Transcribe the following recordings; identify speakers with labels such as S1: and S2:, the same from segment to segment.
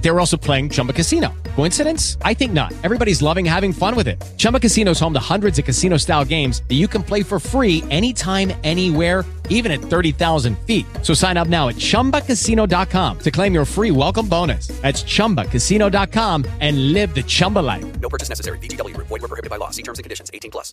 S1: They were also playing Chumba Casino. Coincidence? I think not. Everybody's loving having fun with it. Chumba Casino is home to hundreds of casino style games that you can play for free anytime, anywhere even at 30,000 feet. So sign up now at ChumbaCasino.com to claim your free welcome bonus. That's ChumbaCasino.com and live the Chumba life.
S2: No purchase necessary. VGW Group. Void were prohibited by law. See terms and conditions. 18 plus.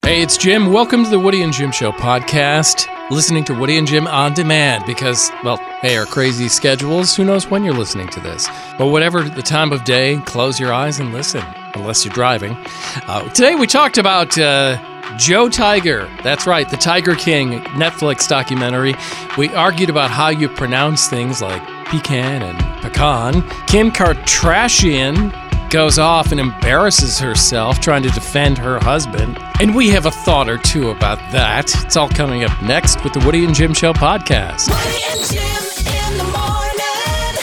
S3: Hey, it's Jim. Welcome to the Woody and Jim Show podcast. Listening to Woody and Jim on demand because, well, hey, our crazy schedules, who knows when you're listening to this. But whatever the time of day, close your eyes and listen, unless you're driving. Uh, today we talked about uh, Joe Tiger. That's right, the Tiger King Netflix documentary. We argued about how you pronounce things like pecan and pecan. Kim Kardashian goes off and embarrasses herself trying to defend her husband. And we have a thought or two about that. It's all coming up next with the Woody and Jim Show podcast.
S4: Woody and Jim in the morning.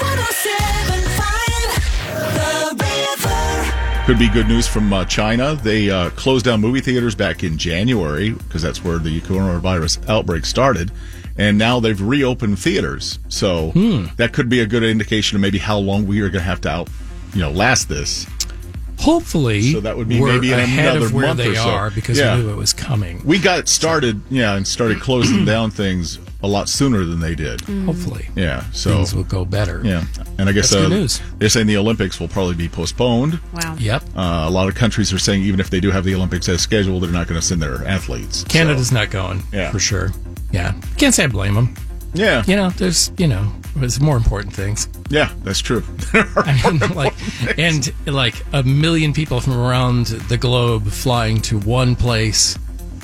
S4: 1075 The River.
S5: Could be good news from uh, China. They uh, closed down movie theaters back in January because that's where the coronavirus outbreak started. And now they've reopened theaters. So
S3: Hmm.
S5: that could be a good indication of maybe how long we are going to have to out, you know, last this.
S3: Hopefully,
S5: So that would be
S3: we're
S5: maybe in
S3: ahead
S5: another
S3: of where
S5: month
S3: they
S5: or so.
S3: are because
S5: Yeah.
S3: we knew it was coming.
S5: We got started, yeah, and started closing down things a lot sooner than they did.
S3: Mm. Hopefully,
S5: Yeah. So,
S3: things will go better.
S5: yeah. And I guess
S3: That's
S5: uh,
S3: good news.
S5: they're saying the Olympics will probably be postponed.
S6: Wow.
S3: Yep.
S5: Uh, a lot of countries are saying even if they do have the Olympics as scheduled, they're not going to send their athletes. So,
S3: Canada's not going
S5: Yeah.
S3: for sure. Yeah. Can't say I blame them.
S5: yeah,
S3: You know, there's, you know, there's more important things.
S5: yeah, that's true.
S3: I mean, like, and like a million people from around the globe flying to one place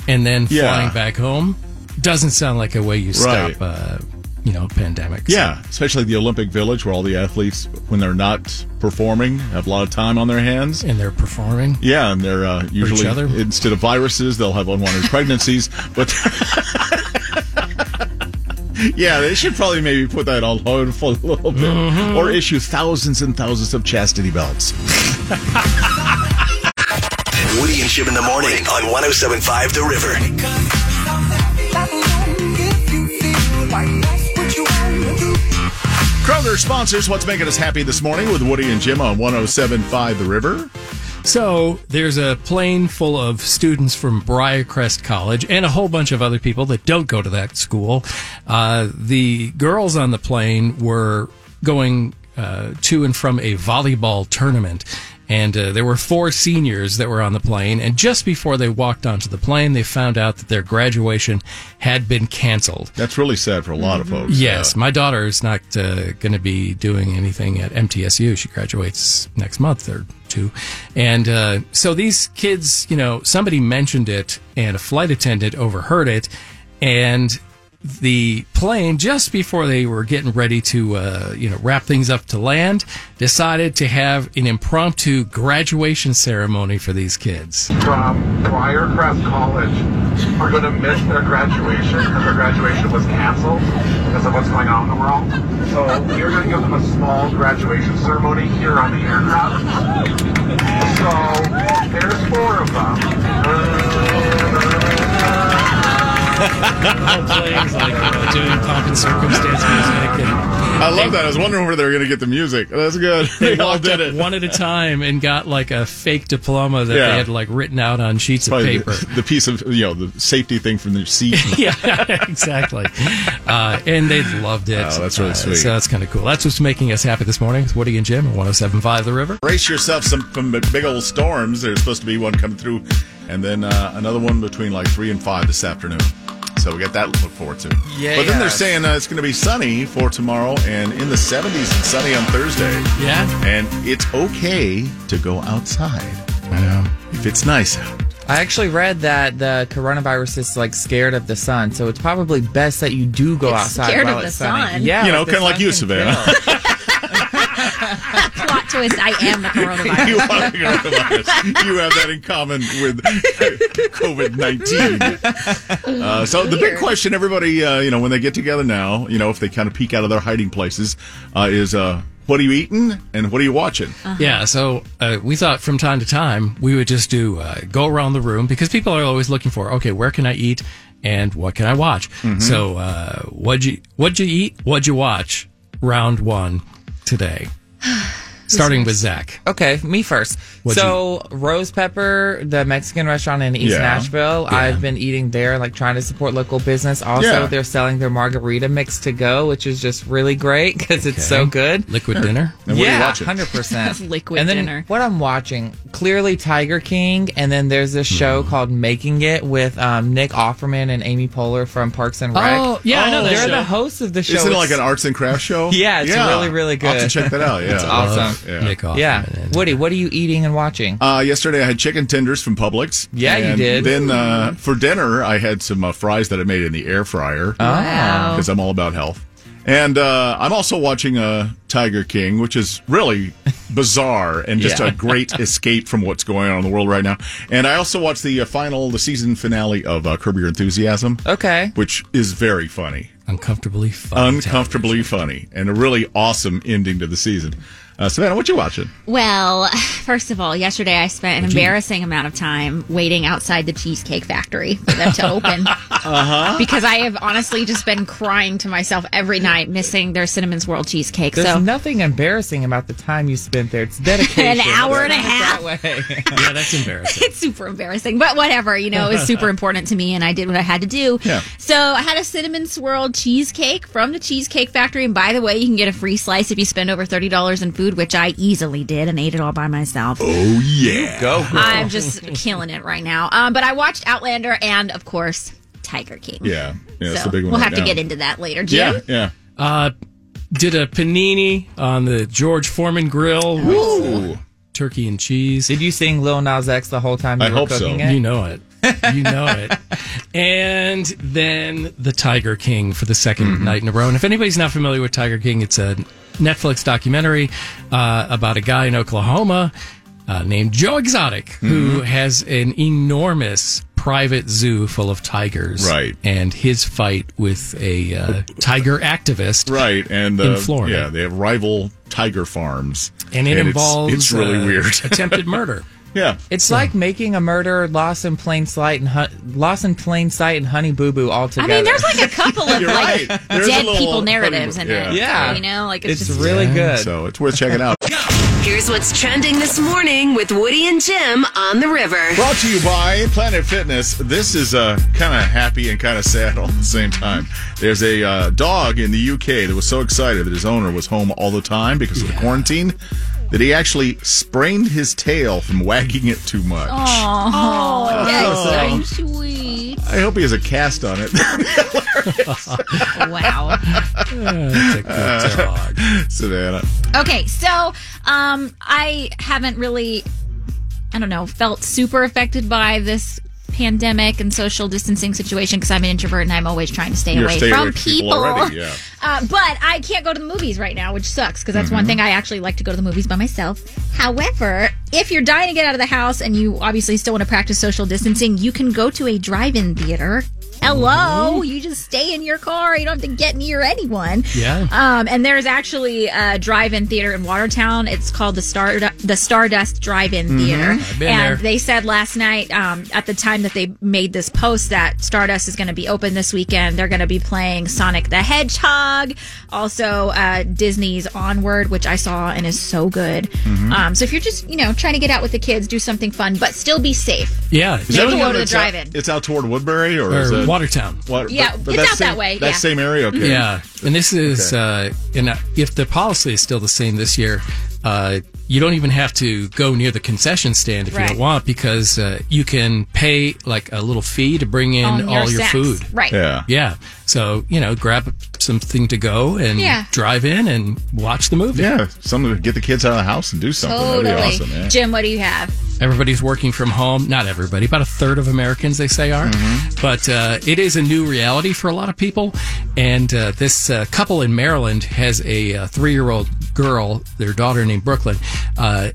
S3: and then
S5: Yeah.
S3: flying back home doesn't sound like a way you stop,
S5: Right.
S3: uh, you know, pandemics.
S5: Yeah, especially the Olympic Village, where all the athletes, when they're not performing, have a lot of time on their hands.
S3: And they're performing.
S5: Yeah, and they're uh, usually
S3: other?
S5: instead of viruses, they'll have unwanted pregnancies. But yeah, they should probably maybe put that on hold for a little bit,
S3: Mm-hmm.
S5: or issue thousands and thousands of chastity belts.
S7: Woody and Jim in the morning on 1075 The River.
S5: Kroger sponsors what's making us happy this morning with Woody and Jim on 107.5 The River.
S3: So there's a plane full of students from Briarcrest College and a whole bunch of other people that don't go to that school. Uh, the girls on the plane were going uh, to and from a volleyball tournament. And uh, there were four seniors that were on the plane. And just before they walked onto the plane, they found out that their graduation had been canceled.
S5: That's really sad for a lot of folks.
S3: Yes, my daughter is not uh, going to be doing anything at MTSU. She graduates next month or two, and uh, so these kids, you know, somebody mentioned it, and a flight attendant overheard it, and the plane just before they were getting ready to, uh, you know, wrap things up to land, decided to have an impromptu graduation ceremony for these kids.
S8: from Briarcrest College are going to miss their graduation because their graduation was canceled because of what's going on in the world. So we're going to give them a small graduation ceremony here on the aircraft. So there's four of them.
S3: plays like uh, doing pomp and circumstance music. And
S5: I love that. I was wondering where they were going to get the music. That's good. They,
S3: they
S5: all
S3: walked
S5: did
S3: up
S5: it.
S3: one at a time and got like a fake diploma that
S5: Yeah.
S3: they had like written out on sheets of
S5: Probably
S3: paper.
S5: the, the piece of you know the safety thing from the seat.
S3: yeah, exactly. Uh, and they loved it.
S5: Oh, that's really
S3: Uh,
S5: sweet.
S3: So that's kind of cool. That's what's making us happy this morning with Woody and Jim at 107.5 The River.
S5: Brace yourself some from the big old storms. There's supposed to be one coming through, and then uh, another one between like three and five this afternoon. So we got that to look forward to.
S3: Yeah.
S5: But then they're saying uh, it's going to be sunny for tomorrow, and in the 70s and sunny on Thursday.
S3: Yeah.
S5: And it's okay to go outside. I know. If it's nice out.
S8: I actually read that the coronavirus is like scared of the sun, so it's probably best that you do go
S4: It's
S8: outside
S4: scared
S8: while
S4: of the
S8: it's sunny.
S4: sun.
S8: Yeah,
S5: You know,
S8: the
S5: kinda like
S8: sun
S5: you,
S8: can
S5: Savannah.
S8: kill.
S4: Plot twist, I am the coronavirus.
S5: you are the coronavirus. You have that in common with COVID nineteen. Uh, so the big question, everybody, uh, you know, when they get together now, you know, if they kind of peek out of their hiding places, uh, is uh, what are you eating and what are you watching?
S4: Uh-huh.
S3: Uh-huh. Yeah, so uh, we thought from time to time we would just do uh, go around the room because people are always looking for okay, where can I eat and what can I watch.
S5: Mm-hmm.
S3: So uh, what'd you what'd you eat? What'd you watch? Round one today, starting with Zach.
S8: Okay, me 1st
S3: What'd
S8: so Rose Pepper, the Mexican restaurant in East
S5: Yeah.
S8: Nashville, I've been eating there, like trying to support local business. Also,
S5: Yeah.
S8: they're selling their margarita mix to go, which is just really great because it's so good.
S3: Liquid dinner.
S5: And what are you
S8: yeah,
S5: watching?
S8: hundred percent.
S4: Liquid
S8: and then
S4: dinner.
S8: What I'm watching clearly Tiger King, and then there's this show
S5: Hmm.
S8: called Making It with um, Nick Offerman and Amy Poehler from Parks and Rec.
S3: Oh, yeah, I know that
S8: they're
S3: show.
S8: the hosts of the show.
S5: Isn't it
S8: It's-
S5: like an arts and crafts show?
S8: Yeah, it's really, really
S5: I'll have to
S8: good.
S5: check that out. Yeah,
S8: awesome.
S5: Yeah.
S3: Nick Offerman.
S8: Yeah, Woody, what are you eating and watching?
S5: Uh, yesterday I had chicken tenders from Publix.
S8: Yeah, you
S5: And
S8: did.
S5: Then uh, for dinner I had some uh, fries that I made in the air fryer.
S8: Oh.
S4: Wow.
S5: because I'm all about health. And uh, I'm also watching uh, Tiger King, which is really bizarre and just
S8: Yeah.
S5: a great escape from what's going on in the world right now. And I also watched the uh, final, the season finale of uh, Curb Your Enthusiasm,
S8: Okay.
S5: which is very funny,
S3: Uncomfortably fun.
S5: uncomfortably funny, and a really awesome ending to the season. Uh, Savannah, what you watching?
S4: Well, first of all, yesterday I spent an embarrassing amount of time waiting outside the Cheesecake Factory for them to open. uh-huh. Because I have honestly just been crying to myself every night, missing their Cinnamon Swirl Cheesecake.
S8: There's
S4: so,
S8: nothing embarrassing about the time you spent there. It's dedication.
S4: an hour and a half.
S8: that way.
S3: yeah, that's embarrassing.
S4: it's super embarrassing, but whatever. You know, it was super important to me, and I did what I had to do.
S5: Yeah.
S4: So I had a cinnamon swirl cheesecake from the Cheesecake Factory, and by the way, you can get a free slice if you spend over thirty dollars in food, which I easily did and ate it all by myself.
S5: Oh, yeah.
S8: Go.
S4: I'm just killing it right now. Um, but I watched Outlander and, of course, Tiger King.
S5: Yeah. Yeah, it's
S4: so
S5: the big one.
S4: we'll
S5: right
S4: have to
S5: now.
S4: get into that later, Jim.
S5: Yeah, yeah.
S3: Uh, did a panini on the George Foreman grill with
S5: Ooh.
S3: turkey and cheese.
S8: Did you sing Lil Nas X the whole time you
S5: I
S8: were
S5: hope so.
S8: cooking
S3: You
S8: it?
S3: know it. You know it. And then the Tiger King for the 2nd
S5: Mm-hmm.
S3: night in a row. And if anybody's not familiar with Tiger King, it's a Netflix documentary uh, about a guy in Oklahoma uh, named Joe Exotic who
S5: Mm-hmm.
S3: has an enormous private zoo full of tigers.
S5: Right.
S3: And his fight with a uh, tiger activist.
S5: Right, and uh,
S3: In Florida.
S5: yeah, they have rival tiger farms,
S3: And it
S5: it's-
S3: involves
S5: It's, really
S3: uh,
S5: weird.
S3: attempted murder.
S5: yeah,
S8: It's like making a murder, loss in plain sight, and hun- loss in plain sight, and Honey Boo Boo all
S4: I
S8: together.
S4: mean, there's like a couple of
S5: You're
S4: like
S5: right. There's a
S4: dead
S5: little-
S4: people narratives in it.
S8: Yeah.
S4: you know, like it's,
S8: it's
S4: just
S8: really good.
S5: So it's worth checking out.
S9: Here's what's trending this morning with Woody and Jim on the river.
S5: Brought to you by Planet Fitness. This is uh, kind of happy and kind of sad all at the same time. There's a uh, dog in the UK that was so excited that his owner was home all the time because of the quarantine that he actually sprained his tail from wagging it too much.
S4: Oh, yeah, so sweet.
S5: I hope he has a cast on it.
S4: Wow.
S3: It's a good dog.
S5: Savannah.
S4: Okay, so um, I haven't really, I don't know, felt super affected by this pandemic and social distancing situation because I'm an introvert and I'm always trying to stay
S5: You're
S4: away
S5: staying
S4: from
S5: away from people already, yeah.
S4: Uh, but I
S3: Mm-hmm.
S4: can't go to the movies right now, which sucks because that's one thing I actually like to go to the movies by myself. However, if you're dying to get out of the house and you obviously still want to practice social distancing, you can go to a drive-in theater. Hello,
S3: Mm-hmm.
S4: you just stay in your car. You don't have to get near anyone.
S3: Yeah.
S4: Um, and there's actually a drive-in theater in Watertown. It's called the Star the Stardust Drive-In
S3: Mhm.
S4: Theater.
S3: I've been
S4: and
S3: there.
S4: they said last night um, at the time that they made this post that Stardust is going to be open this weekend. They're going to be playing Sonic the Hedgehog, also uh, Disney's Onward, which I saw and is so good.
S3: Mm-hmm.
S5: Mhm.
S4: Um, so if you're just you know trying to get out with the kids, do something fun, but still be safe.
S3: Yeah.
S5: Is that
S4: Maybe
S5: the
S4: go
S5: one
S4: to the
S5: that's out-
S4: drive-in.
S5: It's out toward Woodbury or, is
S3: Or
S5: it
S3: Watertown.
S5: What,
S4: Yeah, it's
S5: that
S4: out
S5: same-
S4: that way,
S5: That
S4: yeah.
S5: same area. Okay.
S3: Yeah, and this is uh, and uh, if the policy is still the same this year, uh, you don't even have to go near the concession stand if you
S4: Right.
S3: don't want because uh, you can pay like a little fee to bring in
S4: On
S3: all
S4: your
S3: your
S4: snacks.
S3: food.
S4: Right. Yeah.
S3: yeah. So you know, grab something to go and
S4: Yeah.
S3: drive in and watch the movie.
S5: Yeah, something to get the kids out of the house and do
S4: Totally, Jim. What do you have?
S3: Everybody's working from home. Not everybody. About a third of Americans, they say, are. But uh, it is a new reality for a lot of people. And uh, this uh, couple in Maryland has a uh, three year old girl, their daughter named Brooklyn. Uh,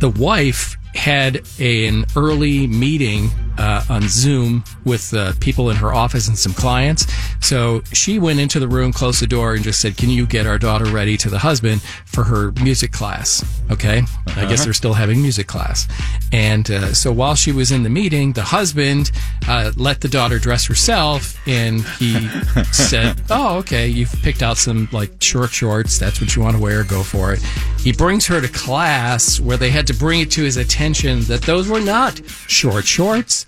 S3: the wife had an early meeting uh, on Zoom with uh, people in her office and some clients. So she went into the room, closed the door, and just said, Can you get our daughter ready to the husband for her music class? Okay. I guess
S10: Uh-huh.
S3: they're still having music class. And uh, so while she was in the meeting, the husband uh, let the daughter dress herself and he said, Oh, okay, you've picked out some like short shorts. That's what you want to wear. Go for it. He brings her to class where they had to bring it to his attention that those were not short shorts,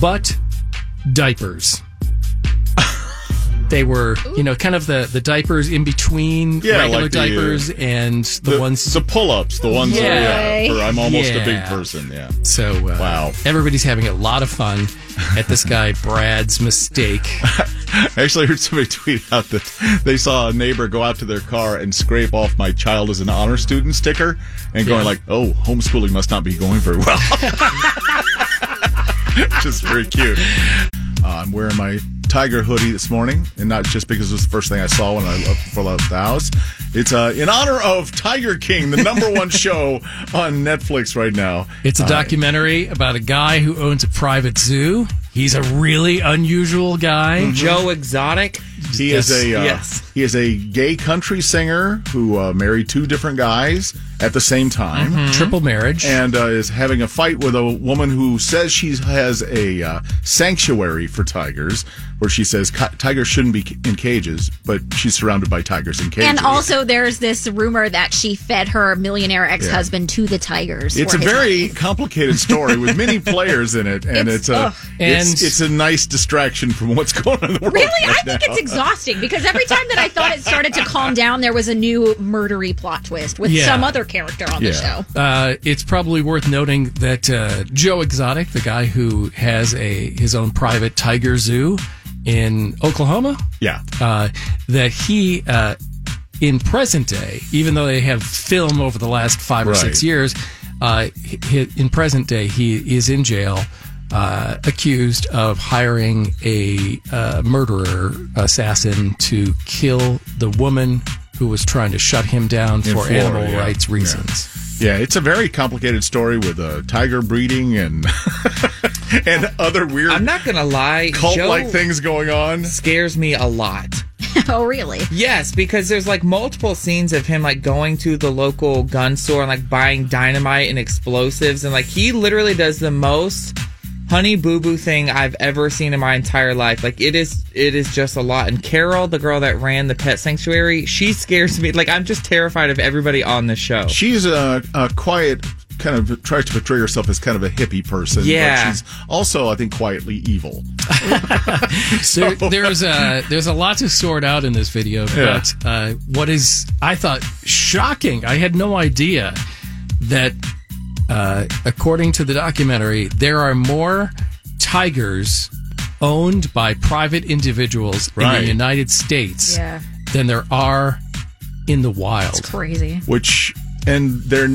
S3: but diapers. They were, you know, kind of the, the diapers in between
S5: Yeah,
S3: regular
S5: like the, uh,
S3: diapers and the, ones
S5: the pull ups, the ones that, yeah, for I'm almost a big
S3: Yeah.
S5: person. Yeah.
S3: So uh, wow, everybody's having a lot of fun at this guy Brad's mistake.
S5: Actually, I heard somebody tweet out that they saw a neighbor go out to their car and scrape off "My child is an honor student" sticker, and going
S3: Yeah.
S5: like, "Oh, homeschooling must not be going very well." just very cute. Uh, I'm wearing my tiger hoodie this morning, and not just because it was the first thing I saw when I left for left the house. It's uh, in honor of Tiger King, the number one show on Netflix right now.
S3: It's a
S5: Uh,
S3: documentary about a guy who owns a private zoo. He's a really unusual guy,
S5: Mhm. Joe
S3: Exotic.
S5: He is a uh, he is a gay country singer who uh, married two different guys at the same time,
S3: Mhm. Triple marriage,
S5: and uh, is having a fight with a woman who says she has a uh, sanctuary for tigers, where she says "Ki- tigers shouldn't be in cages, but she's surrounded by tigers in cages.
S4: And also, there's this rumor that she fed her millionaire ex-husband to the tigers.
S5: It's
S4: for
S5: a
S4: his
S5: very complicated story with many players in it, and
S4: It's-
S5: it's, a
S4: ugh.
S5: it's,
S4: And-
S5: it's a nice distraction from what's going on in the world.
S4: Really, I
S5: right
S4: think
S5: now.
S4: it's exhausting because every time that I thought it started to calm down, there was a new murdery plot twist with
S3: Yeah.
S4: some other character on the show.
S3: Uh, it's probably worth noting that uh, Joe Exotic, the guy who has a his own private tiger zoo in Oklahoma,
S5: yeah,
S3: uh, that he uh, in present day, even though they have film over the last five or
S10: Right.
S3: six years, uh, hi- hi- in present day he is in jail. Uh, accused of hiring a uh, murderer assassin to kill the woman who was trying to shut him down
S5: In
S3: for
S5: Florida,
S3: animal
S5: yeah.
S3: rights reasons.
S5: Yeah, it's a very complicated story with uh, tiger breeding and and other weird. I'm
S8: not gonna lie,
S5: cult like things going on
S8: scares me a lot.
S4: oh, really?
S8: Yes, because there's like multiple scenes of him like going to the local gun store and like buying dynamite and explosives, and like he literally does the most honey boo boo thing I've ever seen in my entire life. Like it is, it is just a lot. And Carol, the girl that ran the pet sanctuary, she scares me. Like I'm just terrified of everybody on the show.
S5: She's a, a quiet kind of tries to portray herself as kind of a hippie person. but
S8: Yeah.
S5: she's also I think quietly evil.
S3: So
S5: Oh,
S3: there's a there's a lot to sort out in this video,
S5: Yeah.
S3: but uh, what is I thought shocking? I had no idea that uh, according to the documentary, there are more tigers owned by private individuals in
S5: Right.
S3: the United States
S4: Yeah.
S3: than there are in the wild. It's
S4: crazy.
S5: Which and they're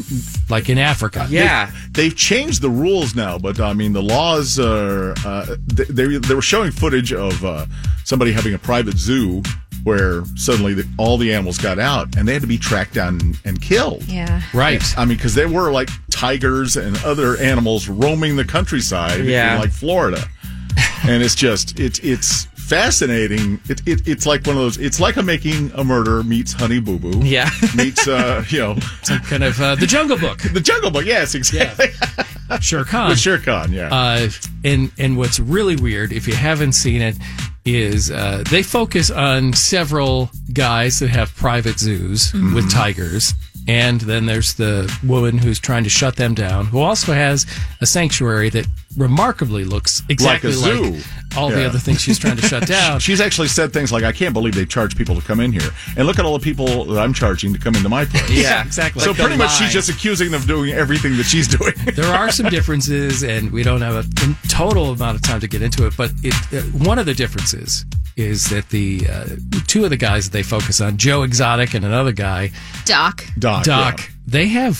S3: like in Africa.
S8: Yeah.
S5: they, have changed the rules now, but I mean the laws are. Uh, they, they they were showing footage of uh, somebody having a private zoo. where suddenly the, all the animals got out and they had to be tracked down and, and killed.
S4: Yeah.
S3: Right.
S5: I mean, because there were like tigers and other animals roaming the countryside
S8: Yeah.
S5: in like Florida. and it's just, it's it's fascinating. It, it, it's like one of those, it's like a making a murder meets Honey Boo Boo.
S8: Yeah.
S5: Meets, uh, you know,
S3: some kind of uh, the Jungle Book.
S5: the Jungle Book. Yes, exactly.
S3: Sure, Khan.
S5: With Shere Khan, yeah.
S3: Uh, and and what's really weird, if you haven't seen it, is uh, they focus on several guys that have private zoos
S5: Mm-hmm.
S3: with tigers, and then there's the woman who's trying to shut them down, who also has a sanctuary that remarkably looks exactly like,
S5: zoo.
S3: all the
S5: Yeah.
S3: other things she's trying to shut down.
S5: She's actually said things like, "I can't believe they charge people to come in here, and look at all the people that I'm charging to come into my place."
S8: Yeah.
S3: exactly.
S5: So
S8: Like the
S5: pretty much, she's
S8: line.
S5: just accusing them of doing everything that she's doing.
S3: there are some differences, and we don't have a total amount of time to get into it. But it, uh, one of the differences is that the uh, two of the guys that they focus on, Joe Exotic and another guy,
S4: Doc.
S5: Doc,
S3: Doc, they have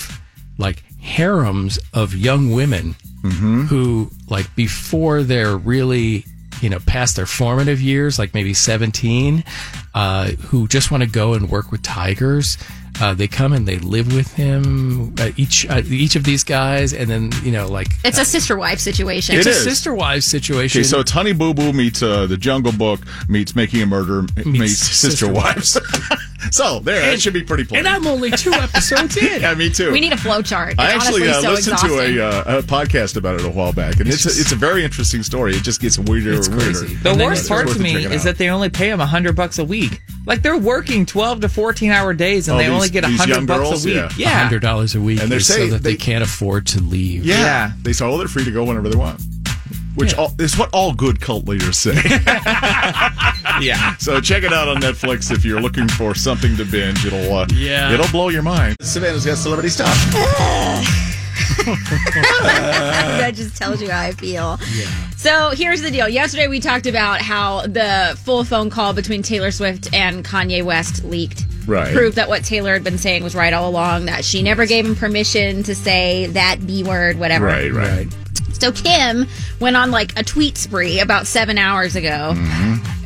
S3: like harems of young women who, like, before they're really, you know, past their formative years, like maybe 17, uh, who just want to go and work with tigers. Uh, they come and they live with him, uh, each uh, each of these guys, and then you know, like
S4: It's a sister wife situation.
S3: it's
S5: It
S3: a
S5: is.
S3: sister wives situation.
S5: Okay, so it's Honey Boo Boo meets uh, the Jungle Book meets Making a Murder meets, Sister,
S3: Sister
S5: Wives. so there, that should be pretty plain.
S3: and I'm only two episodes in.
S5: yeah, me too.
S4: We need a flowchart.
S5: I
S4: It's
S5: actually
S4: honestly
S5: uh,
S4: so
S5: listened
S4: exhausting.
S5: to a, uh, a podcast about it a while back, and it's it's,
S3: just-
S5: a, it's a very interesting story. It just gets weirder
S3: It's
S5: and weirder.
S3: crazy.
S8: The
S3: And then
S8: worst
S3: it's
S8: part
S5: worth
S8: to
S5: it
S8: me
S5: checking
S8: is
S5: out.
S8: that they only pay them hundred bucks a week. Like they're working twelve to fourteen hour days and
S5: Oh,
S8: they
S5: these-
S8: only get
S5: these young
S8: hundred bucks
S5: girls?
S8: a week.
S5: Yeah.
S8: Yeah.
S3: hundred dollars a week,
S5: And they're
S3: is so
S5: saying
S3: that they,
S5: they-
S3: can't afford to leave.
S5: Yeah.
S8: Yeah.
S5: They say, oh, they're free to go whenever they want, which
S3: Yeah.
S5: all, is what all good cult leaders say.
S8: yeah.
S5: so check it out on Netflix if you're looking for something to binge. It'll uh,
S3: Yeah.
S5: it'll blow your mind. Savannah's got celebrity stuff.
S4: that just tells you how I feel. So here's the deal. Yesterday we talked about how the full phone call between Taylor Swift and Kanye West leaked.
S5: Right.
S4: Proved that what Taylor had been saying was right all along, that she never gave him permission to say that B word, whatever.
S5: Right, right.
S4: So Kim went on like a tweet spree about seven hours ago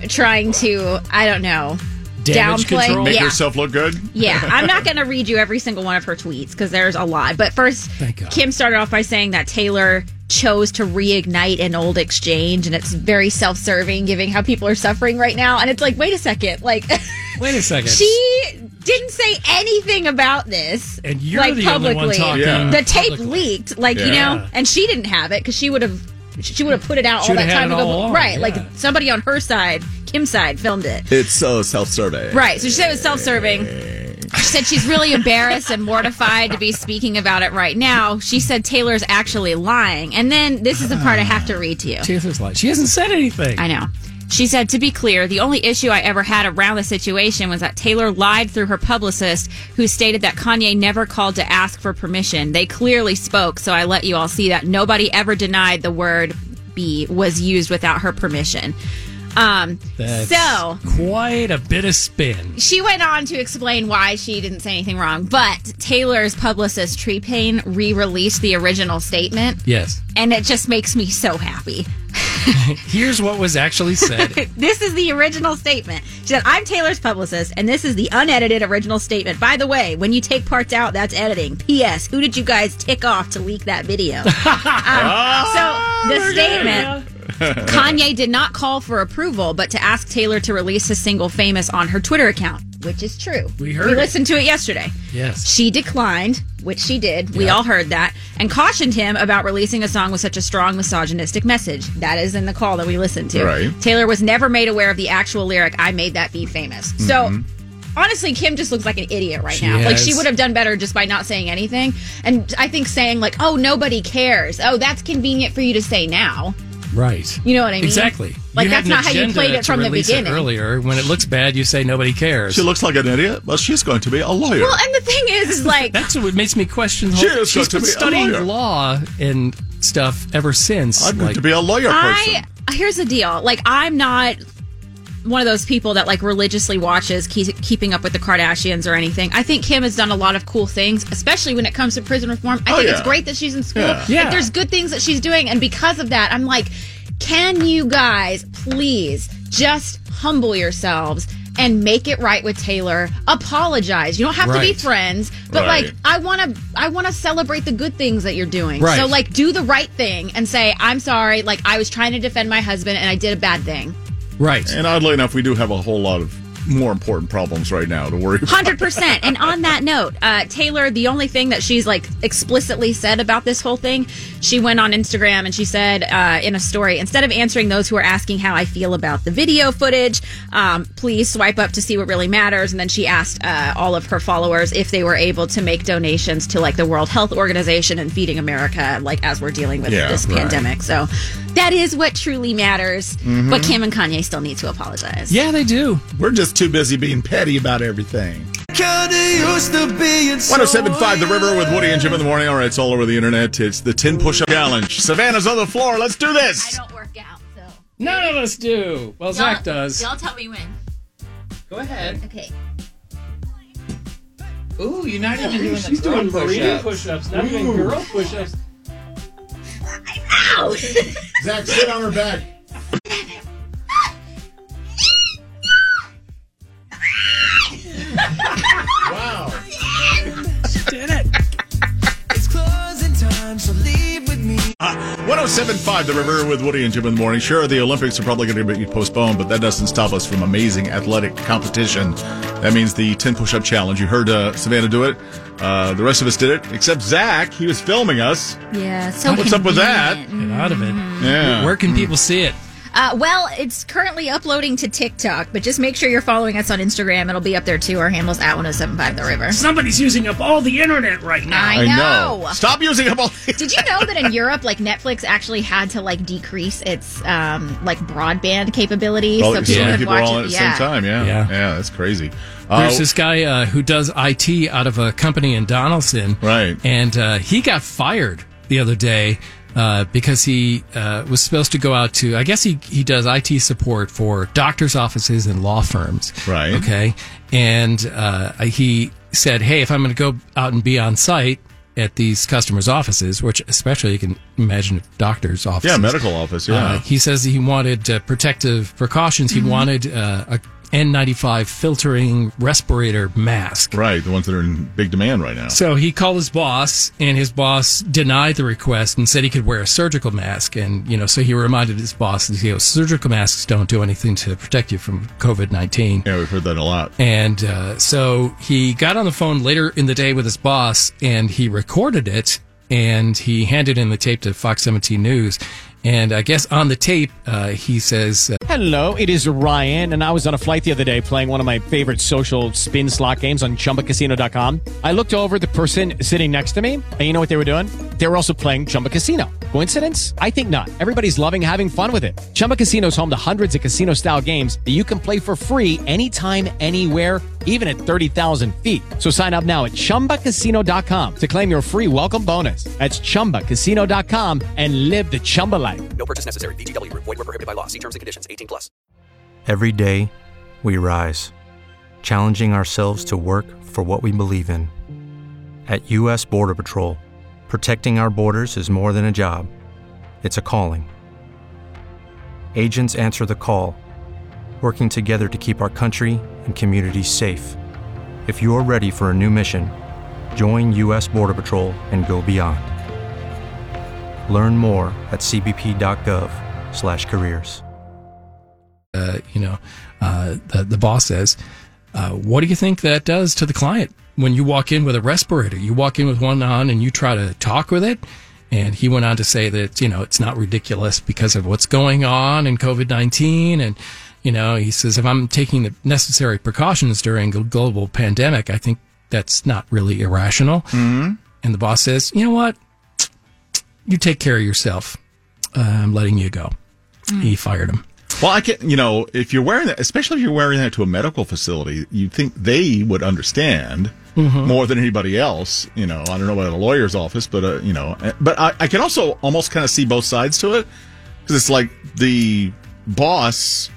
S4: trying to, I don't know,
S3: Damage
S4: downplay.
S3: control?
S5: Make
S4: yeah.
S5: yourself look good.
S4: Yeah, I'm not going to read you every single one of her tweets because there's a lot. But first,
S3: Thank God.
S4: Kim started off by saying that Taylor chose to reignite an old exchange, and it's very self serving, giving how people are suffering right now. And it's like, wait a second. Like,
S3: Wait a second.
S4: she didn't say anything about this.
S3: And you're
S4: like,
S3: the only
S4: publicly.
S3: one talking
S5: Yeah.
S4: The tape
S3: publicly.
S4: leaked, like, you
S5: Yeah.
S4: know, and she didn't have it because she would have. She would have put it out
S3: She
S4: all
S3: would've
S4: that
S3: had
S4: time
S3: it
S4: ago.
S3: all along,
S4: right. Like
S3: yeah.
S4: somebody on her side, Kim's side, filmed it.
S5: It's so self-survey.
S4: Right. So she said it was self serving. She said she's really embarrassed and mortified to be speaking about it right now. She said Taylor's actually lying. And then this is the part I have to read to you.
S3: Taylor's like, she hasn't said anything.
S4: I know. She said, to be clear, the only issue I ever had around the situation was that Taylor lied through her publicist, who stated that Kanye never called to ask for permission. They clearly spoke, so I let you all see that nobody ever denied the word B was used without her permission. Um,
S3: That's
S4: so
S3: quite a bit of spin.
S4: she went on to explain why she didn't say anything wrong, but Taylor's publicist Tree Payne re-released the original statement,
S3: Yes.
S4: and it just makes me so happy.
S3: Here's what was actually said.
S4: This is the original statement. She said, "I'm Taylor's publicist, and this is the unedited original statement. By the way, when you take parts out, that's editing. P.S. Who did you guys tick off to leak that video?" Um,
S3: Oh,
S4: so the statement. Kanye did not call for approval, but to ask Taylor to release his single "Famous" on her Twitter account, which is true.
S3: We heard
S4: We
S3: it.
S4: listened to it yesterday.
S3: Yes.
S4: She declined, which she did. We all heard that, and cautioned him about releasing a song with such a strong misogynistic message. That is in the call that we listened to.
S5: Right.
S4: Taylor was never made aware of the actual lyric, I made that be famous. So honestly, Kim just looks like an idiot right
S3: Mm-hmm. She
S4: now. Like she
S3: has-
S4: would have done better just by not saying anything. And I think saying, like, oh, nobody cares. Oh, that's convenient for you to say now.
S3: Right.
S4: You know what I mean?
S3: Exactly.
S4: Like,
S3: You had
S4: that's
S3: an
S4: not how you
S3: agenda
S4: played it
S3: to
S4: from the
S3: release it
S4: beginning.
S3: earlier, when it looks bad, you say nobody cares.
S5: She looks like an idiot. Well, she's going to be a lawyer.
S4: Well, and the thing is, is like,
S3: That's what makes me question. The whole,
S5: She is
S3: she's been
S5: going to be a
S3: studying
S5: lawyer.
S3: law and stuff ever since.
S5: I'm going
S3: like,
S5: to be a lawyer
S4: I
S5: person.
S4: here's the deal. Like I'm not one of those people that like religiously watches keep, keeping up with the Kardashians or anything. I think Kim has done a lot of cool things, especially when it comes to prison reform. I
S5: Oh,
S4: think
S5: yeah.
S4: it's great that she's in school.
S5: Yeah.
S4: Like,
S3: Yeah.
S4: there's good things that she's doing, and because of that, I'm like, can you guys please just humble yourselves? and make it right with Taylor. Apologize. You don't have to be
S3: Right.
S4: friends, but
S3: Right.
S4: like I want to I want to celebrate the good things that you're doing.
S3: Right.
S4: So like do the right thing and say I'm sorry, like I was trying to defend my husband and I did a bad thing.
S3: Right.
S5: And oddly enough, we do have a whole lot of more important problems right now to worry about.
S4: Hundred percent. And on that note, uh, Taylor, the only thing that she's like explicitly said about this whole thing, she went on Instagram and she said uh, in a story, instead of answering those who are asking how I feel about the video footage, um, please swipe up to see what really matters. And then she asked uh, all of her followers if they were able to make donations to like the World Health Organization and Feeding America, like as we're dealing with
S5: Yeah,
S4: this
S5: right.
S4: pandemic. So that is what truly matters.
S5: Mhm.
S4: But Kim and Kanye still need to apologize.
S3: Yeah, they do.
S5: We're just too busy being petty about everything. 1075 The River with Woody and Jim in the morning. All right, it's all over the internet. It's the 10 push up challenge. Savannah's on the floor. Let's do this.
S3: None of us do. Well, Zach does.
S4: Y'all tell me when.
S8: Go ahead.
S4: Okay.
S8: Ooh, you're not even doing the
S3: She's doing
S8: girl
S3: Maria
S8: push-ups.
S3: push-ups, not even
S8: Ooh.
S3: girl push-ups.
S11: Zach, sit on her back.
S12: wow. She did it. It's closing time, so leave with me.
S5: 1075 The River with Woody and Jim in the morning. Sure, the Olympics are probably going to be postponed, but that doesn't stop us from amazing athletic competition. That means the 10 push up challenge. You heard uh, Savannah do it. Uh, the rest of us did it, except Zach. He was filming us.
S4: Yeah. So
S5: What's up with that?
S3: Get out of it.
S5: Yeah.
S3: Where can people see it?
S4: Uh, well, it's currently uploading to TikTok, but just make sure you're following us on Instagram. It'll be up there too. Our handle's at 1075 The River.
S13: Somebody's using up all the internet right now.
S4: I know.
S5: Stop using up all.
S4: Did you know that in Europe, like Netflix actually had to like decrease its um like broadband capability
S5: Well, so many
S4: could
S5: people are
S4: watch
S5: all
S4: it-
S5: at the
S4: yeah.
S5: same time. Yeah.
S3: Yeah.
S5: Yeah, that's crazy. Oh.
S3: There's this guy uh, who does IT out of a company in Donaldson.
S5: Right.
S3: And uh, he got fired the other day uh, because he uh, was supposed to go out to, I guess he, he does IT support for doctor's offices and law firms. Right. Okay. And uh, he said, hey, if I'm going to go out and be on site, at these customers' offices, which especially you can imagine doctors' offices.
S5: Yeah, medical office, yeah.
S3: Uh, he says he wanted uh, protective precautions. He
S5: Mhm.
S3: wanted uh, a N95 filtering respirator mask.
S5: Right, the ones that are in big demand right now.
S3: So he called his boss, and his boss denied the request and said he could wear a surgical mask. And you know, so he reminded his boss, you know, surgical masks don't do anything to protect you from COVID nineteen.
S5: Yeah, we've heard that a lot.
S3: And uh, so he got on the phone later in the day with his boss, and he recorded it, and he handed in the tape to Fox 17 News. And I guess on the tape, uh, he says, uh,
S1: Hello, it is Ryan, and I was on a flight the other day playing one of my favorite social spin slot games on chumbacasino.com. I looked over at the person sitting next to me, and you know what they were doing? They were also playing Chumba Casino. Coincidence? I think not. Everybody's loving having fun with it. Chumba Casino is home to hundreds of casino style games that you can play for free anytime, anywhere even at 30,000 feet. So sign up now at ChumbaCasino.com to claim your free welcome bonus. That's ChumbaCasino.com and live the Chumba life.
S2: No purchase necessary. VGW Group. Void were prohibited by law. See terms and conditions. 18 plus.
S14: Every day, we rise, challenging ourselves to work for what we believe in. At U.S. Border Patrol, protecting our borders is more than a job, it's a calling. Agents answer the call, working together to keep our country and communities safe. If you're ready for a new mission, join U.S. Border Patrol and go beyond. Learn more at cbp.gov/careers.
S3: uh, you know, uh, the, the boss says, uh, what do you think that does to the client when you walk in with a respirator? You walk in with one on and you try to talk with it. And he went on to say that, you know, it's not ridiculous because of what's going on in COVID 19. And, you know, he says, if I'm taking the necessary precautions during a global pandemic, I think that's not really irrational. And the boss says, you know what? You take care of yourself. Uh, I'm letting you go. He fired him.
S5: Well, I can, you know, if you're wearing that, especially if you're wearing that to a medical facility, you'd think they would understand
S4: Mm-hmm.
S3: Mhm.
S5: more than anybody else. You know, I don't know about a lawyer's office, but, uh, you know, uh, but I, I can also almost kind of see both sides to it because it's like the boss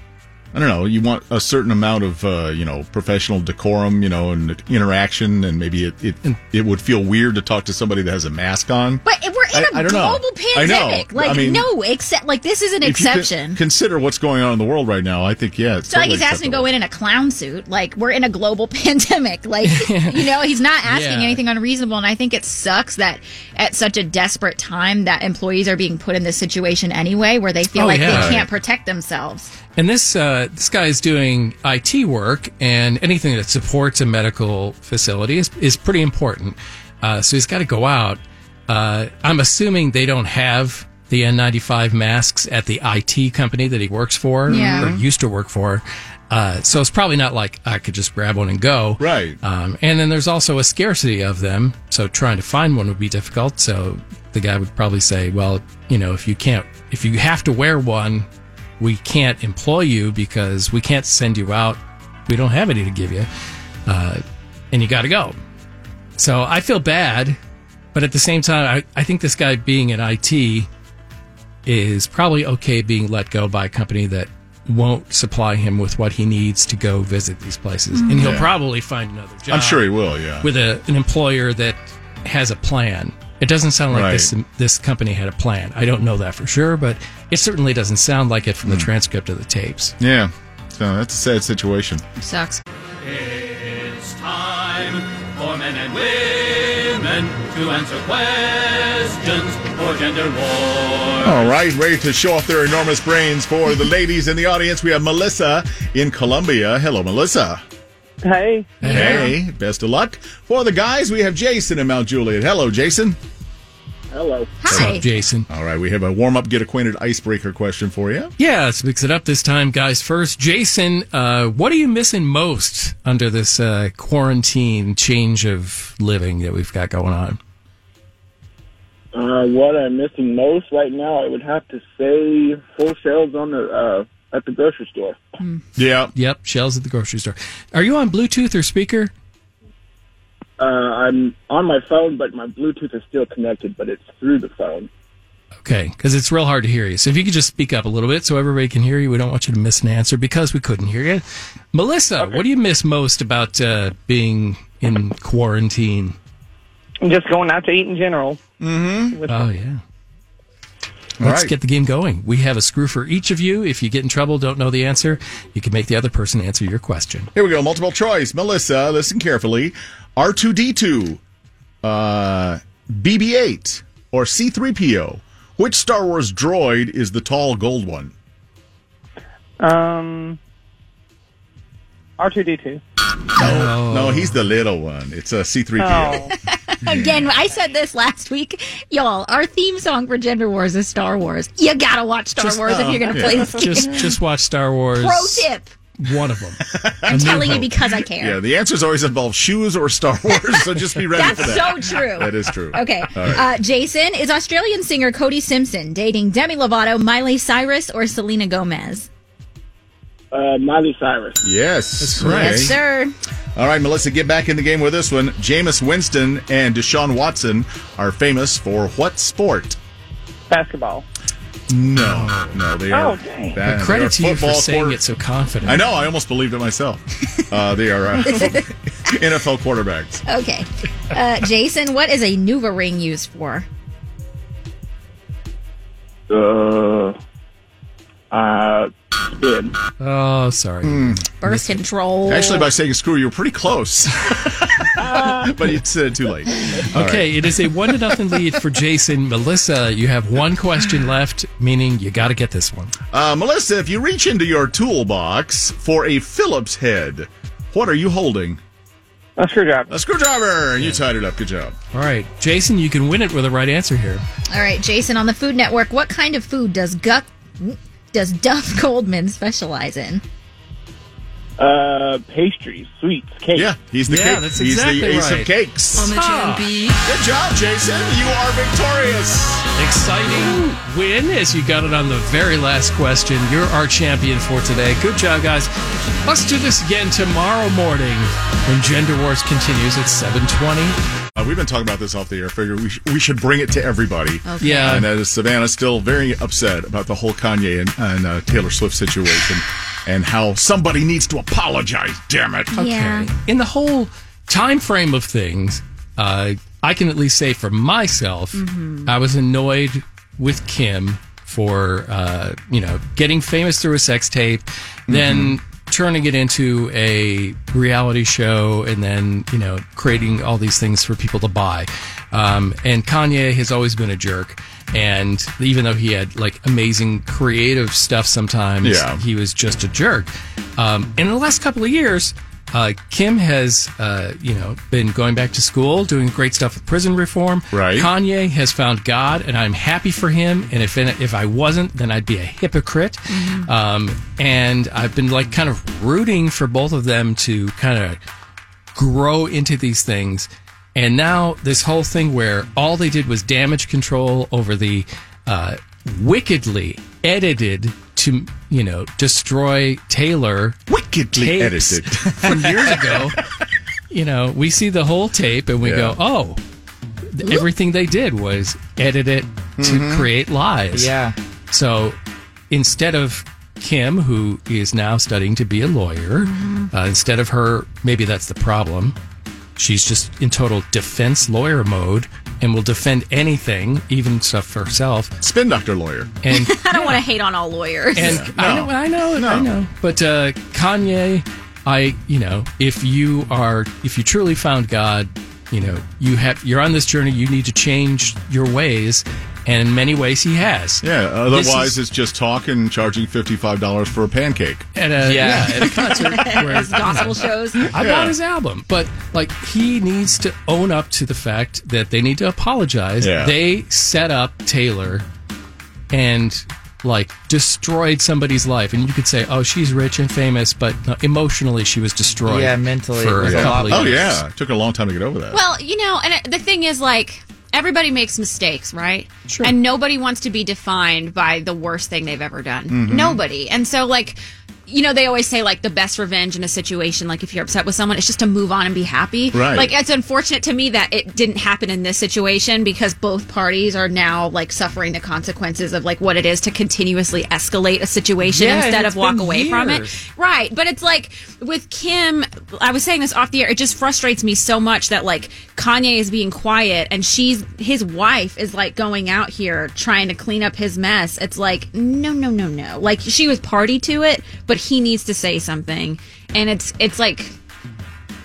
S5: I don't know. You want a certain amount of uh, you know professional decorum, you know, and interaction, and maybe it it, it would feel weird to talk to somebody that has a mask on.
S4: But if we're in a
S5: I- I don't know.
S4: global
S5: I know.
S4: pandemic. Like
S5: I mean,
S4: no, except like this is an
S5: If you con-
S4: exception.
S5: consider what's going on in the world right now. I think yeah, it's
S4: So like
S5: totally
S4: he's asking to go in in a clown suit. Like we're in a global pandemic. Like you know, he's not asking
S5: Yeah.
S4: anything unreasonable. And I think it sucks that at such a desperate time that employees are being put in this situation anyway, where they feel
S3: Oh,
S4: like
S3: yeah.
S4: they can't protect themselves.
S3: And this uh, this guy is doing IT work, and anything that supports a medical facility is is pretty important. Uh, so he's got to go out. Uh, I'm assuming they don't have the N95 masks at the IT company that he works for
S15: Yeah.
S3: or used to work for. Uh, so it's probably not like I could just grab one and go. Right. Um, and then there's also a scarcity of them. So trying to find one would be difficult. So the guy would probably say, well, you know, if you can't, if you have to wear one, we can't employ you because we can't send you out. We don't have any to give you. Uh, and you got to go. So I feel bad. But at the same time, I, I think this guy being in IT is probably okay being let go by a company that won't supply him with what he needs to go visit these places. And he'll
S5: Yeah.
S3: probably find another job.
S5: I'm sure he will, yeah.
S3: With a, an employer that has a plan. It doesn't sound like
S5: Right.
S3: this this company had a plan. I don't know that for sure, but it certainly doesn't sound like it from the transcript of the tapes.
S5: Yeah, so that's a sad situation.
S4: Sucks.
S16: It's time for men and women to answer questions for gender war.
S5: All right, ready to show off their enormous brains for the ladies in the audience. We have Melissa in Columbia. Hello, Melissa.
S8: Hey.
S5: Hey, best of luck. For the guys, we have Jason in Mount Juliet. Hello, Jason.
S8: Hello.
S3: Jason?
S5: All right, we have a warm up, get acquainted icebreaker question for you.
S3: Yeah, let's mix it up this time, guys. First, Jason, uh, what are you missing most under this uh, quarantine change of living that we've got going on?
S8: Uh, what I'm missing most right now, I would have to say full sales on the uh, at the grocery store.
S5: Yeah.
S3: Yep. Shells at the grocery store. Are you on Bluetooth or speaker?
S8: Uh, I'm on my phone, but my Bluetooth is still connected, but it's through the phone.
S3: Okay, because it's real hard to hear you. So if you could just speak up a little bit so everybody can hear you, we don't want you to miss an answer because we couldn't hear you. Melissa, what do you miss most about uh, being in quarantine?
S1: Just going out to eat in general. Mm-hmm.
S3: Oh, yeah.
S1: All
S3: Let's
S1: right.
S3: get the game going. We have a screw for each of you. If you get in trouble, don't know the answer, you can make the other person answer your question.
S5: Here we go, multiple choice. Melissa, listen carefully. R2D2, uh, BB 8, or C3PO. Which Star Wars droid is the tall gold one?
S1: Um, R2D2.
S5: No, no, he's the little one. It's a
S8: Oh.
S5: C3PO.
S3: Oh.
S4: Again, I said this last week, y'all. Our theme song for Gender Wars is Star Wars. You gotta watch Star
S3: Just-
S4: Wars if you're gonna
S3: Yeah.
S4: play this game.
S3: Just, just watch Star Wars.
S4: Pro tip.
S3: One of them.
S4: I'm telling you because I care.
S5: Yeah, the answers always involve shoes or Star Wars, so just be ready
S4: That's
S5: for that.
S4: so true.
S5: That is true.
S4: Okay.
S5: All right.
S4: Uh, Jason, is Australian singer Cody Simpson dating Demi Lovato, Miley Cyrus, or Selena Gomez?
S8: Uh, Miley Cyrus.
S5: yes. That's
S4: Yes, sir.
S5: All right, Melissa, get back in the game with this one. Jameis Winston and Deshaun Watson are famous for what sport?
S1: Basketball.
S5: No, no, they are.
S1: Oh, dang.
S5: bad.
S3: But credit to
S5: They are
S3: you for
S5: football
S3: saying
S5: quarter-
S3: it so confident.
S5: I know. I almost believed it myself. Uh, they are uh, NFL quarterbacks.
S4: Okay. Uh, Jason, what is a Nuva ring used for?
S8: Uh, uh, spin.
S3: Oh, sorry.
S4: Birth control.
S5: Actually, by saying screw, you're pretty close, but it's uh, too late. All right.
S3: Okay, it is a one to nothing lead for Jason. Melissa, you have one question left, meaning you got to get this one.
S5: Uh, Melissa, if you reach into your toolbox for a Phillips head, what are you holding?
S1: A screwdriver.
S5: A screwdriver. You tied it up. Good job.
S3: All right, Jason, you can win it with the right answer here.
S4: All right, Jason, on the Food Network, what kind of food does Guck does Duff Goldman specialize in?
S8: Uh, pastries, sweets, cakes.
S5: Yeah, he's the Yeah, cake- that's he's the exactly ace of right. cakes.
S16: Huh.
S5: Good job, Jason. You are victorious.
S3: Exciting win as you got it on the very last question. You're our champion for today. Good job, guys. Let's do this again tomorrow morning when Gender Wars continues at 720.
S5: Uh, we've been talking about this off the air. Figure we, sh- we should bring it to everybody.
S3: Okay. Yeah.
S5: and that is Savannah still very upset about the whole Kanye and, and uh, Taylor Swift situation. and how somebody needs to apologize. Damn it!
S8: Yeah.
S3: In the whole time frame of things, uh, I can at least say for myself,
S8: Mhm.
S3: I was annoyed with Kim for uh, you know getting famous through a sex tape, then turning it into a reality show, and then you know creating all these things for people to buy. Um, and Kanye has always been a jerk. And even though he had like amazing creative stuff sometimes,
S5: Yeah.
S3: he was just a jerk. Um, in the last couple of years, uh, Kim has, uh, you know, been going back to school, doing great stuff with prison reform.
S5: Right.
S3: Kanye has found God, and I'm happy for him. And if if I wasn't, then I'd be a hypocrite. Um, and I've been like kind of rooting for both of them to kind of grow into these things. And now this whole thing where all they did was damage control over the uh, wickedly edited to you know destroy Taylor
S5: wickedly
S3: edited from years ago. you know, we see the whole tape and we go, oh, th- everything they did was edit it to
S17: Mhm.
S3: create lies.
S17: Yeah.
S3: So instead of Kim, who is now studying to be a lawyer, uh, instead of her, maybe that's the problem. She's just in total defense lawyer mode and will defend anything, even stuff for herself.
S5: Spin doctor lawyer.
S3: And
S8: I don't want to hate on all lawyers.
S3: and I know, I know, I know. But uh, Kanye, I you know, if you are, if you truly found God, you know, you have, you're on this journey. You need to change your ways, and in many ways, he has.
S5: Yeah.
S3: This
S5: Otherwise,
S3: is-
S5: it's just talk and charging fifty five dollars for a pancake.
S3: at a yeah, at a concert where
S8: Those gospel shows.
S3: I bought his album, but like he needs to own up to the fact that they need to apologize.
S5: Yeah.
S3: They set up Taylor and like destroyed somebody's life, and you could say, "Oh, she's rich and famous," but no, emotionally, she was destroyed.
S17: Yeah, mentally,
S3: For
S17: it was
S3: a
S17: a
S3: couple
S5: Oh
S3: of years.
S5: yeah, it took a long time to get over that.
S8: Well, you know, and it- the thing is, like, everybody makes mistakes, right? Sure. And nobody wants to be defined by the worst thing they've ever done.
S4: Mm-hmm.
S18: Mhm.
S8: Nobody. And so, like, you know, they always say, like, the best revenge in a situation, like, if you're upset with someone, it's just to move on and be happy.
S18: Right.
S8: Like, it's unfortunate to me that it didn't happen in this situation because both parties are now, like, suffering the consequences of, like, what it is to continuously escalate a situation
S18: Yeah, and
S8: instead
S18: it's
S8: of walk
S18: been
S8: away from it.
S18: years.
S8: Right. But it's like with Kim, I was saying this off the air. It just frustrates me so much that like Kanye is being quiet and she's his wife is like going out here trying to clean up his mess. It's like, no, no, no, no. Like she was party to it, but he needs to say something. And it's, it's like,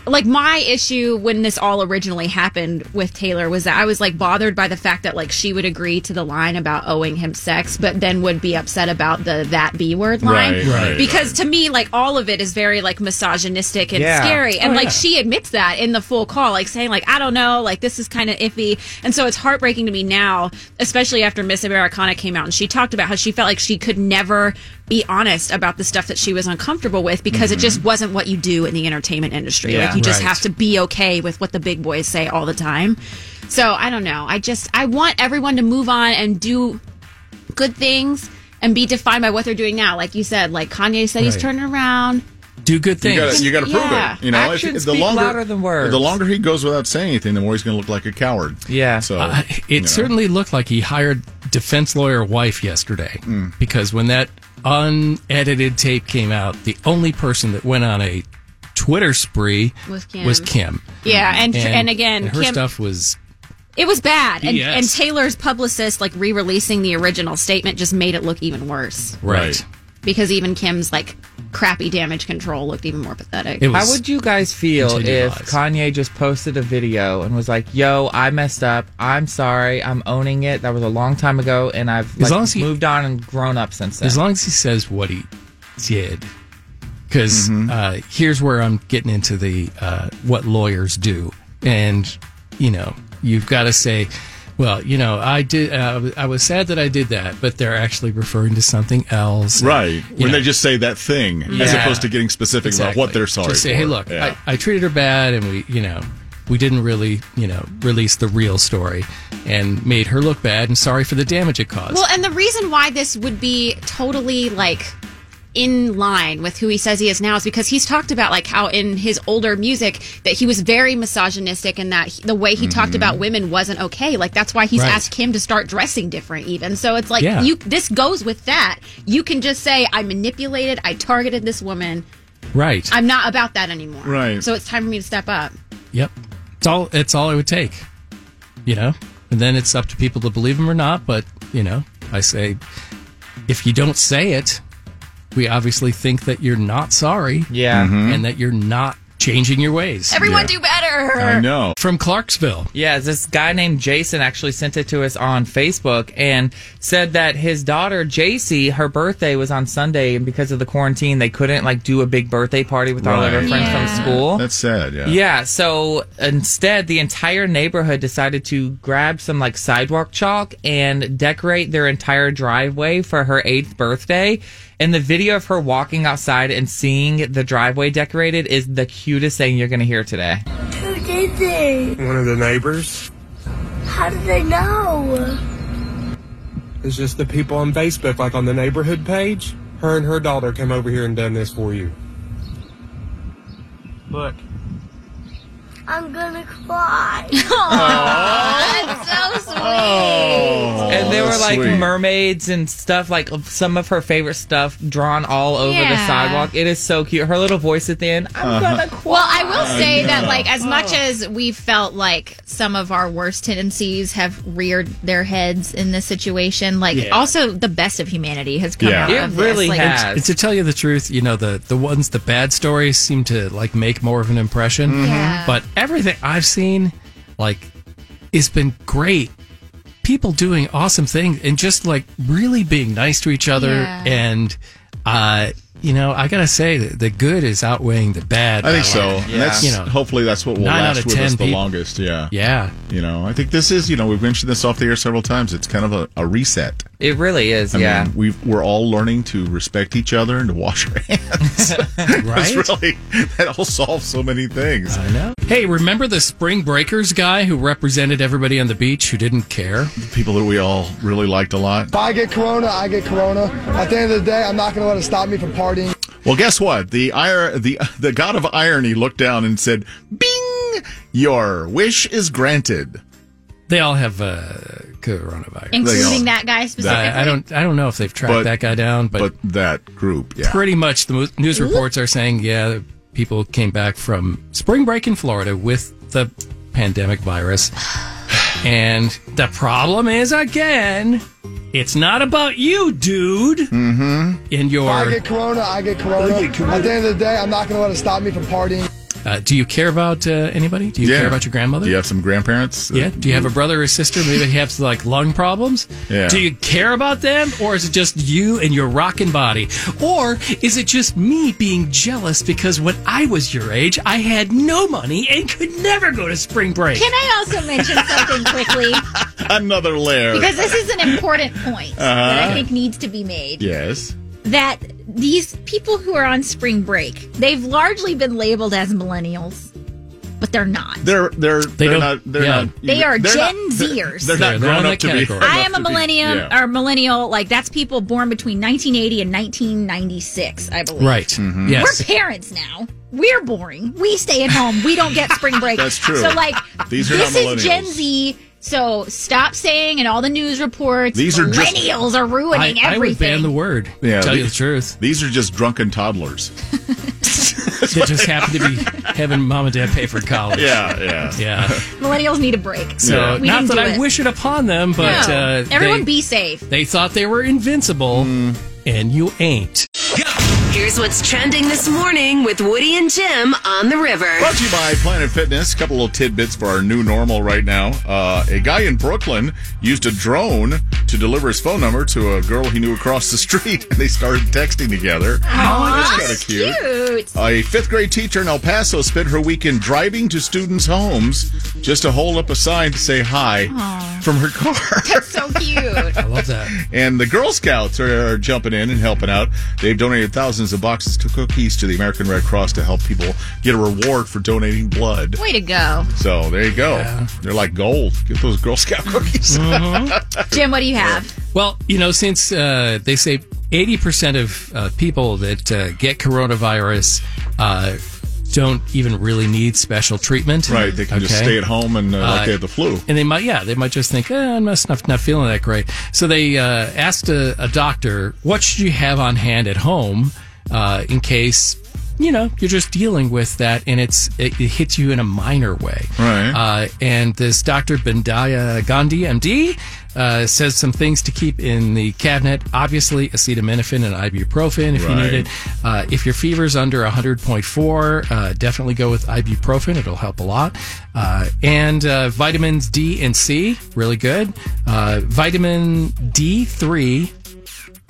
S8: like my issue when this all originally happened with Taylor was that I was like bothered by the fact that like she would agree to the line about owing him sex, but then would be upset about the that B word line.
S18: Right, right,
S8: because to me, like all of it is very like misogynistic and
S18: Yeah.
S8: scary. And
S18: Oh,
S8: like
S18: yeah.
S8: she admits that in the full call, like saying, like, I don't know, like this is kind of iffy. And so it's heartbreaking to me now, especially after Miss Americana came out and she talked about how she felt like she could never be honest about the stuff that she was uncomfortable with because it
S18: Mhm.
S8: just wasn't what you do in the entertainment industry.
S18: Yeah.
S8: Like you just
S18: Right.
S8: have to be okay with what the big boys say all the time. So I don't know. I just I want everyone to move on and do good things and be defined by what they're doing now. Like you said, like Kanye said he's
S5: Right.
S8: turning around.
S3: do good
S5: You
S3: things.
S5: gotta, you gotta prove
S8: Yeah.
S5: it. You know,
S8: Actions speak louder than words.
S5: The longer he goes without saying anything, the more he's going to look like a coward. Yeah. So
S3: Uh, it
S5: you know.
S3: certainly looked like he hired defense lawyer wife yesterday
S17: Mm.
S3: because when that unedited tape came out, the only person that went on a Twitter spree
S8: Was Kim.
S3: Kim.
S8: Yeah, and and, again,
S3: and her
S8: Kim,
S3: stuff was
S8: it was bad, and,
S3: BS.
S8: and Taylor's publicist like re-releasing the original statement just made it look even worse
S3: right.
S8: because even Kim's like crappy damage control looked even more pathetic.
S17: How would you guys feel
S8: continued
S17: if Kanye just posted a video and was like, "Yo, I messed up. I'm sorry. I'm owning it. That was a long time ago, and I've
S3: As
S17: like,
S3: long as he-
S17: moved on and grown up since then."
S3: As long as he says what he did, because
S5: Mm-hmm.
S3: uh, here's where I'm getting into the uh, what lawyers do, and you know you've got to say, well, you know, I did. Uh, I was sad that I did that, but they're actually referring to something else,
S5: Right.
S3: You
S5: When
S3: know.
S5: they just say that thing, as
S3: Yeah.
S5: opposed to getting specific about what they're sorry
S3: Just say,
S5: for.
S3: hey, look,
S5: Yeah.
S3: I, I treated her bad, and we, you know, we didn't really, you know, release the real story, and made her look bad, and sorry for the damage it caused.
S8: Well, and the reason why this would be totally like
S4: in line with who he says he is now is because he's talked about like how in his older music that he was very misogynistic and that he- the way he talked about women wasn't okay. Like that's why he's
S12: Right.
S4: asked him to start dressing different even. So it's like
S12: Yeah.
S4: you this goes with that. You can just say I manipulated, I targeted this woman.
S3: Right.
S4: I'm not about that anymore.
S3: Right.
S4: So it's time for me to step up.
S3: Yep. It's all it's all it would take. You know? And then it's up to people to believe him or not, but you know, I say if you don't say it, we obviously think that you're not sorry.
S8: Yeah.
S3: And that you're not changing your ways.
S4: Everyone do better.
S3: know. From Clarksville.
S8: Um, Yeah, this guy named Jason actually sent it to us on Facebook and said that his daughter JC, her birthday was on Sunday, and because of the quarantine, they couldn't like do a big birthday party with all of her
S5: Right.
S8: friends
S5: Yeah.
S8: from school.
S5: That's sad. Yeah.
S8: Yeah. so instead, the entire neighborhood decided to grab some like sidewalk chalk and decorate their entire driveway for her eighth birthday. And the video of her walking outside and seeing the driveway decorated is the cutest thing you're going to hear today.
S12: Who did they?
S7: One of the neighbors
S12: How did they know?
S7: is just the people on Facebook, like on the neighborhood page. Her and her daughter came over here and done this for you. Look.
S12: I'm gonna cry.
S4: that's so sweet.
S8: Oh. and there were
S12: that's
S8: like
S12: sweet.
S8: mermaids and stuff, like of some of her favorite stuff drawn all over the
S4: Yeah.
S8: sidewalk. It is so cute. Her little voice at the end.
S4: Ah,
S8: I'm gonna cry.
S4: Well, I will say
S8: I
S4: that,
S8: know.
S4: like, as much as we felt like some of our worst tendencies have reared their heads in this situation, like,
S3: Yeah.
S4: also the best of humanity has come out of this. Like,
S3: And to tell you the truth, you know the the ones the bad stories seem to like make more of an impression.
S4: Mhm. Yeah.
S3: But everything I've seen, like, it's been great. People doing awesome things and just like really being nice to each other.
S5: Yeah.
S3: And uh, you know, I gotta say that the good is outweighing the bad.
S5: I think
S3: by,
S5: so.
S3: like,
S5: And that's
S3: you know,
S5: hopefully that's what will
S3: nine out
S5: last
S3: of
S5: with
S3: 10
S5: us the
S3: people.
S5: longest. Yeah.
S3: Yeah.
S5: You know, I think this is. You know, we've mentioned this off the air several times. It's kind of a, a reset.
S8: It really is.
S5: I
S8: yeah.
S5: mean, we've, we're all learning to respect each other and to wash our hands.
S3: Right?
S5: That's really that'll solve so many things. I
S3: know. Hey, remember the Spring Breakers guy who represented everybody on the beach who didn't care? The
S5: people that we all really liked a lot.
S19: If I get corona, I get corona. At the end of the day, I'm not going to let it stop me from partying.
S5: Well, guess what? The ir- the the god of irony looked down and said, "Bing, your wish is granted."
S3: They all have uh, coronavirus,
S4: including that guy specifically.
S3: I, I don't. I don't know if they've tracked
S5: But-
S3: that guy down, but,
S5: but that group, yeah.
S3: pretty much the mo- news reports are saying, yeah, people came back from spring break in Florida with the pandemic virus, and the problem is again, it's not about you, dude. Mm-hmm. In
S19: If I
S3: your,
S19: get corona, I get corona.
S3: I get corona.
S19: At the end of the day, I'm not going to let it stop me from partying.
S3: uh, do you care about uh, anybody? Do you
S5: Yeah.
S3: care about your grandmother?
S5: Do you have some grandparents?
S3: Yeah. Do you have a brother or sister? Maybe they have like lung problems.
S5: Mm-hmm. Yeah.
S3: Do you care about them, or is it just you and your rockin' body, or is it just me being jealous because when I was your age, I had no money and could never go to spring break.
S4: Can I also mention something quickly?
S5: another layer?
S4: Because this is an important point that I
S5: Uh-huh.
S4: think needs to be made.
S5: yes.
S4: That these people who are on spring break, they've largely been labeled as millennials, but they're not.
S5: They're they're they are they are they are not they're
S3: yeah.
S5: not
S4: They are
S5: they're
S4: Gen
S5: not-
S4: Zers.
S5: They're, not
S3: They're
S5: grown
S3: on
S5: up
S3: that
S5: to be.
S3: category.
S4: I am a
S5: enough to be-
S4: millennium
S5: yeah.
S4: or millennial. Like that's people born between 1980 and 1996, I believe.
S3: Right.
S5: Mm-hmm.
S3: Mhm. Yes.
S4: We're parents now. We're boring. We stay at home. We don't get spring break.
S12: That's true.
S4: So like
S12: These are
S4: this
S12: not
S4: is Gen
S12: millennials.
S4: Z. So stop saying in all the news reports
S5: These are just-
S4: millennials are ruining
S5: I- I would
S4: everything.
S5: ban
S3: the word.
S5: Yeah,
S3: Tell you
S5: the-
S3: the truth.
S5: These are just drunken toddlers.
S3: That just happened to be having mom and dad pay for college.
S5: Yeah, yeah.
S3: yeah.
S4: millennials need a break.
S3: So
S4: we
S3: not that
S4: didn't do
S3: I
S4: it.
S3: wish it upon them, but
S4: No.
S3: uh,
S4: everyone
S3: they,
S4: be safe.
S3: they thought they were invincible,
S5: Mm.
S3: and you ain't.
S9: Here's what's trending this morning with Woody and Jim on the river.
S5: Brought to you by Planet Fitness. A couple little tidbits for our new normal right now. Uh, a guy in Brooklyn used a drone to deliver his phone number to a girl he knew across the street, and they started texting together.
S4: Oh
S8: Ah,
S12: Aw,
S5: that's kind of cute.
S12: Oh, cute.
S5: A fifth grade teacher in El Paso spent her weekend driving to students' homes just to hold up a sign to say hi
S12: Aw.
S5: from her car.
S4: That's so cute.
S3: I love that.
S5: And the Girl Scouts are, are jumping in and helping out. They've donated thousands of boxes to cookies to the American Red Cross to help people get a reward for donating blood.
S4: Way to go,
S5: So there you go. They're like gold. Get
S3: Mm-hmm.
S5: those Girl Scout cookies.
S4: Jim. What do you have?
S3: Well, you know, since uh, they say 80% of uh, people that uh, get coronavirus uh, don't even really need special treatment.
S5: Right. They can just
S3: Okay?
S5: stay at home and uh, like they have the flu.
S3: And they might, yeah, they might just think, eh, I'm just not, not feeling that great. So they uh, asked a, a doctor, what should you have on hand at home uh, in case, you know, you're just dealing with that and it's it, it hits you in a minor way. Right. Uh, and this Dr. Bindaya Gandhi, MD, uh, says some things to keep in the cabinet. Obviously, acetaminophen and ibuprofen if you
S5: Right.
S3: need it. Uh, if your fever's under 100.4, uh, definitely go with ibuprofen. It'll help a lot. Uh, and uh, vitamins D and C, really good. Uh, vitamin D3.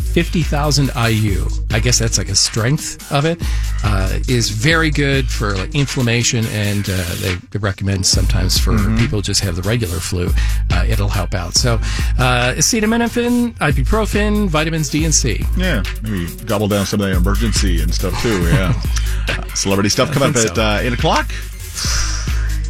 S3: 50,000 IU. I guess that's like a strength of it. Uh, is very good for like inflammation, and uh, they, they recommend sometimes for
S20: Mhm.
S3: people just have the regular flu. Uh, it'll help out. So, uh, acetaminophen, ibuprofen, vitamins D and C.
S5: Yeah, maybe gobble down some of the emergency and stuff too. Yeah, Uh, celebrity stuff
S3: I
S5: coming up
S3: think
S5: at
S3: so.
S5: uh, eight o'clock.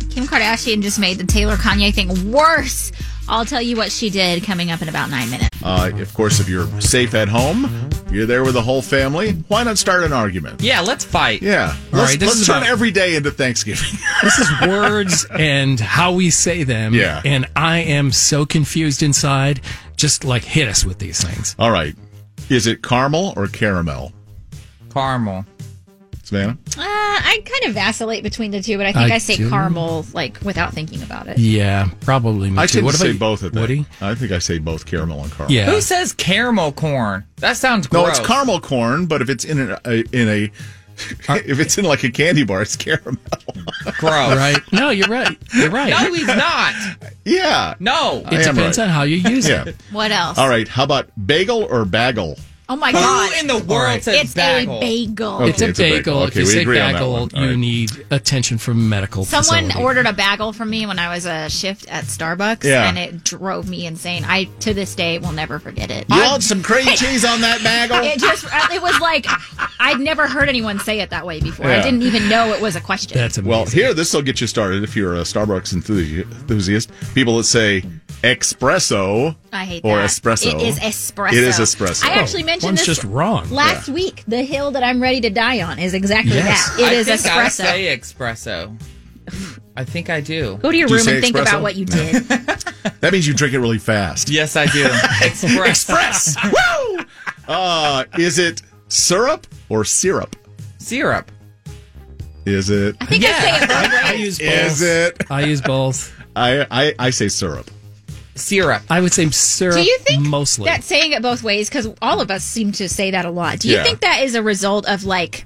S4: Kim Kardashian just made the Taylor Kanye thing worse. I'll tell you what she did coming up in about nine minutes.
S5: Uh, of course, if you're safe at home,
S8: Mm-hmm.
S5: you're there with the whole family. Why not start an argument?
S8: Yeah, let's fight.
S5: Yeah,
S3: All
S5: let's,
S3: right, this
S5: let's
S3: is
S5: turn
S3: about-
S5: every day into Thanksgiving.
S3: This is words and how we say them.
S5: Yeah.
S3: And I am so confused inside. Just like hit us with these things.
S5: All right, is it caramel or caramel?
S8: Caramel.
S5: Savannah.
S4: Uh, I kind of vacillate between the two, but I think I,
S5: I
S4: say
S5: do.
S4: caramel like without thinking about it.
S3: Yeah, probably.
S5: I
S8: too.
S5: tend to
S8: What about
S5: say
S8: you,
S5: both of them.
S8: Woody?
S5: I think I say both caramel and caramel.
S8: Who says caramel corn? That sounds gross.
S5: No, it's caramel corn, but if it's in an, a in a if it's in like a candy bar, it's caramel.
S8: Gross.
S3: right? No, you're right. You're right.
S8: No, he's not.
S5: Yeah.
S8: No.
S5: I
S3: It
S5: am
S3: depends
S5: right.
S3: on how you use
S5: Yeah.
S3: it.
S4: What else?
S5: All right, how about bagel or bagel?
S4: Oh my
S8: Who
S4: god!
S8: in the world
S4: All right.
S8: says
S4: it's
S8: bagel?
S4: a bagel.
S5: Okay,
S3: it's a
S5: it's a
S3: bagel.
S5: bagel.
S3: if
S5: Okay,
S3: you
S5: we
S3: say
S5: agree on that
S3: bagel,
S5: one. All
S3: you
S5: right.
S3: need attention from medical
S4: Someone
S3: facility.
S4: ordered a bagel from me when I was a shift at Starbucks,
S3: Yeah.
S4: and it drove me insane. I to this day will never forget it.
S5: You want some cream cheese on that bagel?
S4: It just it was like I'd never heard anyone say it that way before. I
S5: Yeah.
S4: didn't even know it was a question.
S5: Well, here this will get you started if you're a Starbucks enthusi- enthusiast. People that say espresso
S4: I hate
S5: or
S4: that.
S5: espresso.
S4: It is espresso.
S5: It is espresso. Oh,
S4: I actually mentioned
S5: one's
S4: this
S5: just wrong.
S4: last week. The hill that I'm ready to die on is exactly that. It
S8: I
S4: is
S8: think I
S4: espresso.
S8: say espresso. I think I do.
S4: Go to your
S5: Do you
S4: room
S5: say
S4: and think
S5: espresso?
S4: about what you did.
S5: That means you drink it really fast.
S8: Yes, I do.
S5: Express. Woo! Uh, is it syrup or syrup?
S8: Syrup.
S5: Is it?
S4: I think I say it both ways.
S3: use both.
S5: Is it?
S3: I use both.
S5: I, I I say syrup.
S8: Syrup.
S3: I would say syrup.
S4: Do you think
S3: mostly?
S4: that saying it both ways? Because all of us seem to say that a lot. Do you
S5: Yeah.
S4: think that is a result of like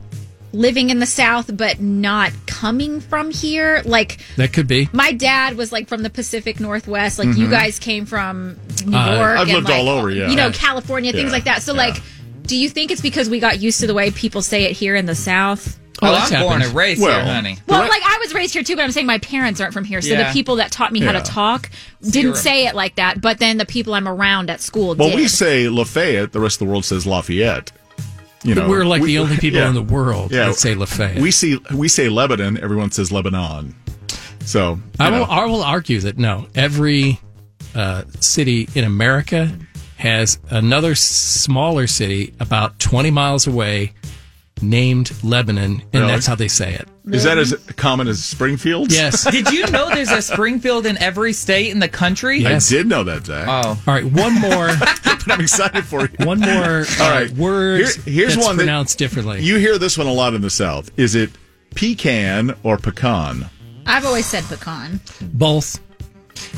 S4: living in the South but not coming from here? Like
S3: that could be.
S4: my dad was like from the Pacific Northwest. Like you
S3: Mhm.
S4: guys came from New
S3: Uh,
S4: York.
S3: I've
S4: and,
S3: lived
S4: like,
S3: all over, yeah.
S4: You know, California, things
S3: Yeah,
S4: like that. So like, do you think it's because we got used to the way people say it here in the South?
S8: Oh, I'm born and raised
S5: Well,
S8: here, honey.
S4: Well, like I was raised here too, but I'm saying my parents aren't from here. So
S8: Yeah.
S4: the people that taught me how
S5: Yeah.
S4: to talk didn't
S5: Zero.
S4: say it like that. But then the people I'm around at school
S5: Well,
S4: did.
S5: we say Lafayette. The rest of the world says Lafayette. You know,
S3: We're like
S5: we-
S3: the only people
S5: yeah.
S3: in the world
S5: Yeah.
S3: that say Lafayette.
S5: We see we say Lebanon. Everyone says Lebanon. So
S3: I
S5: you
S3: will,
S5: know.
S3: I will argue that no, every uh, city in America has another s- smaller city about 20 miles away named Lebanon, and
S5: Really?
S3: that's how they say it.
S5: Is that as common as Springfield?
S3: Yes.
S8: Did you know there's a Springfield in every state in the country?
S5: I did know that, Zach.
S8: Oh.
S3: All right, one more.
S5: but I'm excited for you.
S3: One more
S5: All
S3: All right.
S5: right.
S3: word
S5: Here- here's
S3: that's
S5: one that-
S3: pronounced differently.
S5: You hear this one a lot in the South. Is it pecan or pecan?
S4: I've always said pecan.
S3: Both.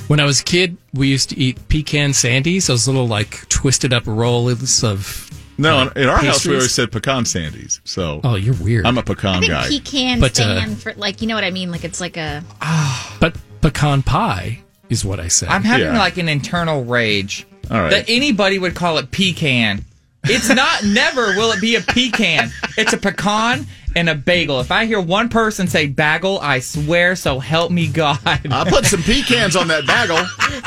S3: When I was a kid, we used to eat pecan sandies, those little like twisted up rolls of.
S5: No,
S3: like,
S5: in our house we
S3: Uh, pastries.
S5: always said pecan sandies. So
S3: Oh, you're weird.
S5: I'm a pecan
S4: I think
S5: guy.
S4: pecan
S3: But, uh,
S4: stand for like you know what I mean. Like it's like a
S3: But pecan pie is what I say.
S8: I'm having like an internal rage
S3: All right.
S8: that anybody would call it pecan. It's not never will it be a pecan. It's a pecan and a bagel. If I hear one person say bagel, I swear so help me God. I
S5: put some pecans on that bagel.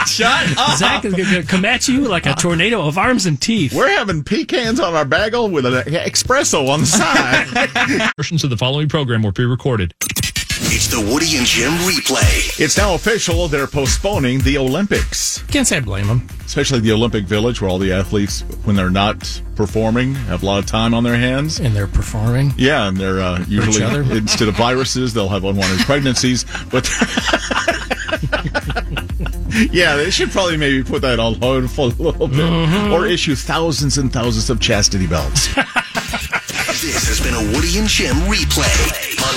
S8: Shut up.
S3: Zach is going to come at you like a tornado of arms and teeth.
S5: We're having pecans on our bagel with an espresso on the side.
S21: Versions of the following program were pre recorded.
S22: It's the Woody and Jim replay.
S5: It's now official. They're postponing the Olympics.
S3: Can't say I blame them.
S5: Especially the Olympic Village, where all the athletes, when they're not performing, have a lot of time on their hands.
S3: And they're performing.
S5: Yeah, and they're uh, usually instead of viruses, they'll have unwanted pregnancies. But yeah, they should probably maybe put that on hold for a little bit, or issue thousands and thousands of chastity belts.
S22: This has been a Woody and Jim replay on